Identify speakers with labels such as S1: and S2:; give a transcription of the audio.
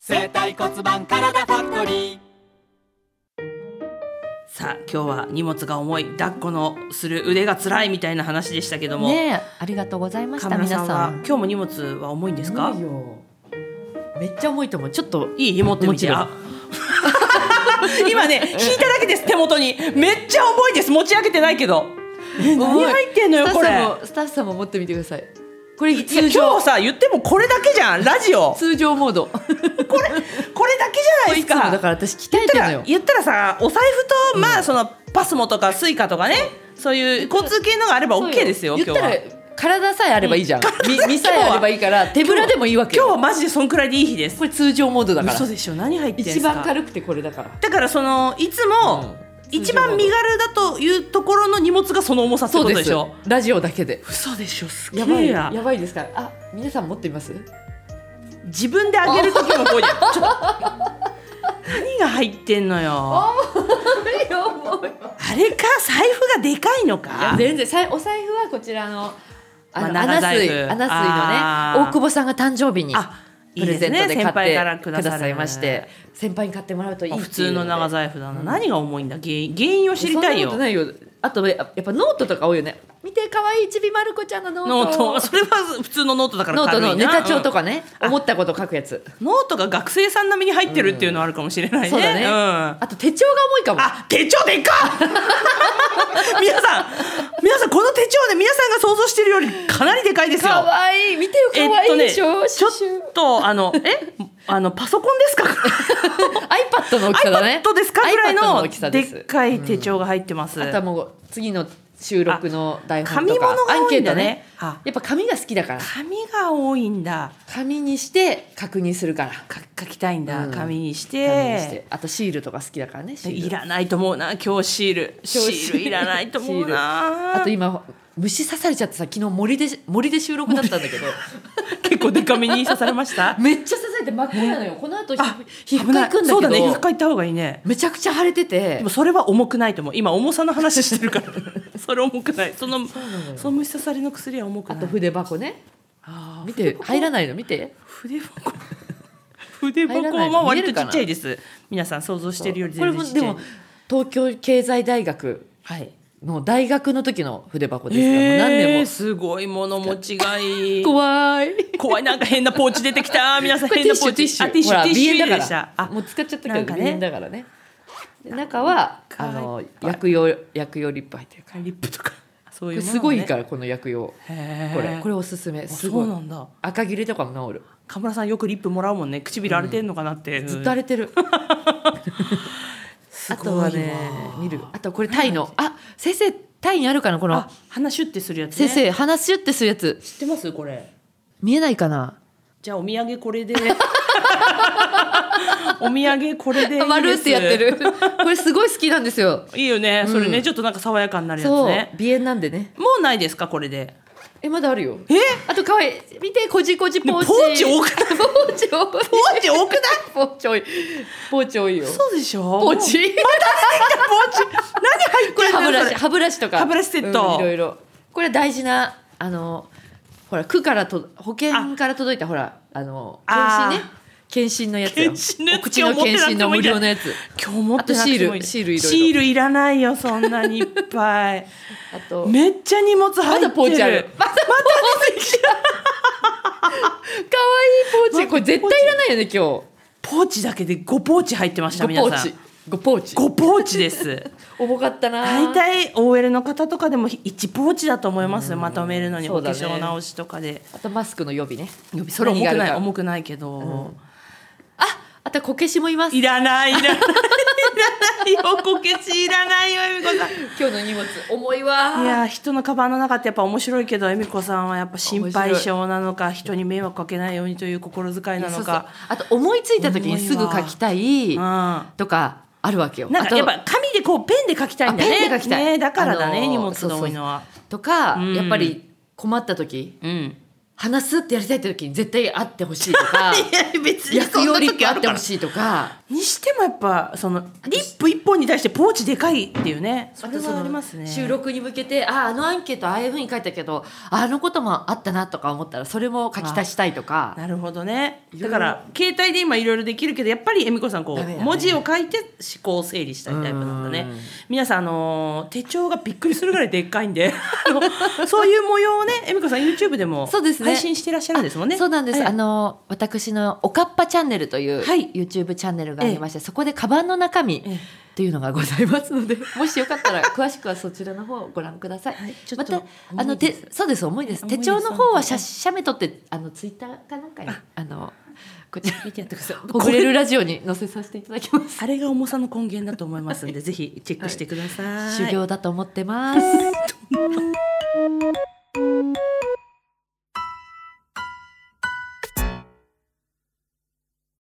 S1: 生体骨盤体ファクトリー
S2: さあ今日は荷物が重い抱っこのする腕が辛いみたいな話でしたけども、
S3: ねえありがとうございました
S2: 神村さ
S3: 皆
S2: んは
S3: さん
S2: 今日も荷物は重いんですか
S3: 重いよめっちゃ重いと思うちょっと
S2: いい持ってみて
S3: もちろん
S2: あ 今ね引いただけです手元にめっちゃ重いです持ち上げてないけど何入ってんのよ
S3: スタッ
S2: これ
S3: フさんもスタッフさんも持ってみてくださいこれ
S2: いや
S3: 通
S2: 今
S3: 常
S2: 日さ言ってもこれだけじゃんラジオ
S3: 通常モード
S2: これだけじゃない
S3: い
S2: で
S3: つもだ
S2: す
S3: か
S2: から
S3: 私鍛え
S2: 言っ
S3: てる
S2: た
S3: の
S2: ら
S3: よ
S2: 言ったらさお財布とまあそのパスモとかスイカとかねそういう交通系のがあれば OK ですよ
S3: 言
S2: 今
S3: っ
S2: 日
S3: たら
S2: は。
S3: 体さえあればいいじゃん、み身さえあればいいから手ぶらでもいいわけ
S2: 今日は
S3: よ
S2: マジでそんくらいでいい日です
S3: これ通常モードだから
S2: 嘘でしょ何入ってんすか
S3: 一番軽くてこれだから
S2: だからそのいつも
S3: うん
S2: 一番身軽だというところの荷物がその重さってことでしょ
S3: ラジオだけで
S2: 嘘でしょすげ
S3: やばい
S2: え
S3: や
S2: な
S3: ばいですからあ皆さん持 っています
S2: 自分であげる時もこ うじゃんちょっと何が入ってんのよあれか財布がでかいのか
S3: 全然さいお財布はこちらのあの、
S2: まあ長
S3: 穴
S2: 財
S3: 水
S2: 布
S3: 穴
S2: あ
S3: 水の
S2: ー
S3: ね大久保さんが誕生日に
S2: あい
S3: プ
S2: いで
S3: レゼ
S2: す
S3: ント
S2: ね
S3: で
S2: 先
S3: 買っ
S2: 輩
S3: て
S2: からく
S3: く
S2: だ
S3: だ
S2: さる
S3: さいまして先輩に買ってもらうといいっていう
S2: 普通の長財布だな
S3: うん
S2: 何が重いんだ原因原因を知りたい
S3: そ
S2: よ
S3: んなことないよあとねやっぱノートとか多いよね見て可愛いちびまる子ちゃんのノー
S2: ノー
S3: ト
S2: トそれは普通のノートだから
S3: ノー
S2: 軽
S3: ト
S2: いな
S3: のネタ帳と
S2: か
S3: かね、思ったこと書くやつ
S2: ノートが学生さん並みに入ってるっていうのはあるかもしれないね
S3: そうだね、
S2: ん
S3: あと手帳が重いかも
S2: あ、手帳でっか 皆さん、皆さん、この手帳ね、皆さんが想像してるよりかなりでかいですよ。
S3: 可愛い見てよ可愛いでしょ、
S2: ちょ
S3: 刺繍
S2: っと、あの、え、あの、パソコンですか
S3: iPad の大きさだね
S2: iPad ですかぐらい
S3: iPad の
S2: の
S3: 大きさ
S2: で
S3: です
S2: っかい手帳が入ってます。
S3: あとはもう次の収録の台本と
S2: 紙
S3: か
S2: 物が
S3: アン
S2: 多
S3: ケ
S2: いん
S3: ート
S2: だね
S3: ね
S2: あ
S3: やっぱ紙が好きだから
S2: 紙が多いんだ。
S3: 紙にして確認するから
S2: か書きたいんだ。
S3: うん
S2: 紙にし。
S3: 紙にしててあとシールとか好きだからねシール
S2: いらないと思うな。今日シール。シ
S3: 今日シー
S2: ー
S3: ル
S2: ルいらないと思う
S3: あ
S2: な
S3: と。今虫刺されちゃってさ昨日森で森で収録だったんだけど
S2: 結構デカめに刺されま した。
S3: めっちゃ刺されて真っ黒なのよこの後ひ
S2: あ
S3: 皮膚科行くんだ
S2: そう
S3: け
S2: だ
S3: ど
S2: ね。皮膚科行った方がいいね。
S3: めちゃくちゃ腫れてて
S2: でもそれは重くないと思う今重さの話して るからそれ重くないそのその虫刺されの薬は重く
S3: あ
S2: ない
S3: と筆箱ね
S2: あー
S3: 見て入らないの見て
S2: 筆 箱筆
S3: 入ら
S2: 箱
S3: ない
S2: は割
S3: 見える
S2: と
S3: か
S2: ち
S3: な
S2: っちゃいです皆さん想像してるより
S3: これ
S2: 全
S3: も
S2: 然ちっ
S3: で
S2: ちゃい
S3: も東京経済大学
S2: はい
S3: の大学の時の筆箱ですから、もう何
S2: え
S3: 年
S2: ー、すごいもの持ちがい
S3: も
S2: い
S3: 怖い
S2: 怖いなんか変なポーチ出てき た皆さん
S3: これ
S2: 変な
S3: ティッシ
S2: ポ
S3: ュ
S2: ー
S3: ティ
S2: チ
S3: ッシ
S2: あ
S3: ュほら
S2: ティッシュ
S3: BN
S2: 入れ
S3: だ
S2: でし
S3: か
S2: た
S3: ら
S2: あ
S3: もう使っちゃったけ
S2: なん
S3: ど
S2: か
S3: BN、
S2: ね
S3: だからねで中は
S2: か
S3: あ
S2: わいい
S3: の薬用薬用リップ入ってるから
S2: リップとかそう
S3: こ
S2: い
S3: れ
S2: うもの、ね、
S3: すごいかららこの薬用こ
S2: こ
S3: れこれおすすめす
S2: そ
S3: ご
S2: う
S3: い
S2: なんだ
S3: 赤切れとかも治る
S2: 神村さんよくリップもらうもんね唇荒れてんのかなって、
S3: ずっと荒れて るあとは
S2: すごい
S3: ね
S2: わ
S3: 見るあとこれタイのあ先生タイにあるかなこの
S2: あ鼻シュッてするやつ、ね、
S3: 先生鼻シュってするやつ
S2: 知ってますこれ
S3: 見えないかな
S2: じゃあお土産これで お土産これでいいです
S3: 丸ってやってる これすごい好きなんですよ
S2: いいよねそれね、
S3: うん
S2: ちょっとなんか爽やかになるやつ
S3: そう
S2: ね
S3: 鼻炎なんでね
S2: もうないですかこれで
S3: えまだあるよ
S2: え
S3: あと可愛い見てこじこじポーチ
S2: ポーチ多くない
S3: ポーチ多い
S2: ポーチ多くない
S3: ポーチ多いポーチ多いよ
S2: そうでしょ
S3: ポーチ
S2: ポーチ何
S3: 歯
S2: 入
S3: ブ
S2: ってる
S3: ラ
S2: ん
S3: シ
S2: だ
S3: 歯ブラシとか
S2: 歯ブラシセット
S3: うんいろいろこれ大事なあのほら区からと保険から届いたほらあの
S2: あ
S3: 検診ね検診のや
S2: 検診のや
S3: つよ
S2: つ
S3: お口の検診の無料のやつ
S2: 今日持ってなくてもい
S3: あ
S2: い
S3: とシールシー
S2: シール
S3: ルいろいろ
S2: いらないよそんなにいっぱい
S3: あと
S2: めっちゃ荷物入ってる
S3: まだポーチある
S2: まだポーチ
S3: 可愛いポーチこれ絶対いらないよね今
S2: ポーチだけで5ポーチ入ってました
S3: 日
S2: 皆
S3: 5ポ
S2: さ
S3: ー
S2: ん
S3: チ5ポーチ
S2: 5ポーチです
S3: 重かったな
S2: 大体 OL の方とかでも1ポーチだと思いますよまとめるのに
S3: そう
S2: お
S3: だ
S2: 化
S3: ね
S2: 粧直しとかで、
S3: あとマスクの予備ね
S2: それ重く
S3: 何があ
S2: な
S3: る
S2: い
S3: か
S2: 重くないけど、
S3: ああとこけしもいます
S2: いら ないいらないいらないよこけしいらないよ恵美子さ
S3: 今日の荷物重いわ
S2: んいやー人のカバンの中ってやっぱ面白いけど恵美子さんはやっぱ心配性なのか人に迷惑かけないようにという心遣いな
S3: そう
S2: の
S3: そう
S2: か
S3: あと思いついた時にすぐ書きたい
S2: うんな
S3: とかあるわけよ。
S2: ん
S3: あ
S2: か
S3: と
S2: やっぱ紙でこうペンで書きたいんだ
S3: あペ
S2: ね
S3: ンで書きたい
S2: ねだからだね、
S3: あのー
S2: 荷物が多いのは
S3: とか、
S2: うん
S3: やっぱり困った時
S2: うん
S3: 話すってやりたいって時に絶対会ってほ しいとか
S2: や別
S3: 薬用リップあってほ
S2: い
S3: しいとか
S2: にしてもやっぱそのリップ一本に対してポーチでかいっていうねそれ
S3: とそ
S2: は
S3: の
S2: ありますね
S3: 収録に向けてああのアンケートああいうふうに書いたけどあのこともあったなとか思ったらそれも書き足したいとか
S2: なるほどねだから携帯で今いろいろできるけどやっぱり恵美子さんこ
S3: ダメだ
S2: う
S3: ね
S2: 文字を書いて思考を整理したいタイプなんだね
S3: うん
S2: 皆さんあのー手帳がびっくりするぐらいでっかいんで あのそういう模様をね恵美子さん YouTube でも
S3: そうですね
S2: 配信してらっしゃるんですもんね
S3: そうなんです、
S2: ええ
S3: あの私の「おかっぱチャンネル」という、
S2: はい
S3: YouTube チャンネルがありまして、そこでカバンの中身
S2: ええ
S3: というのがございますのでもしよかったら詳しくはそちらの方をご覧ください。
S2: はいちょ
S3: ま
S2: っと
S3: たあ
S2: 重
S3: の
S2: いで
S3: て
S2: す
S3: そうです重いです
S2: 重い
S3: 手
S2: です
S3: 帳の方は写写メ撮ってあのツイッターかなんかにあのこちら見てやってください。こぶれるラジオに載せさせていただきます。
S2: あれが重さの根源だと思いますんでぜひチェックしてください、
S3: 修行だと思ってます。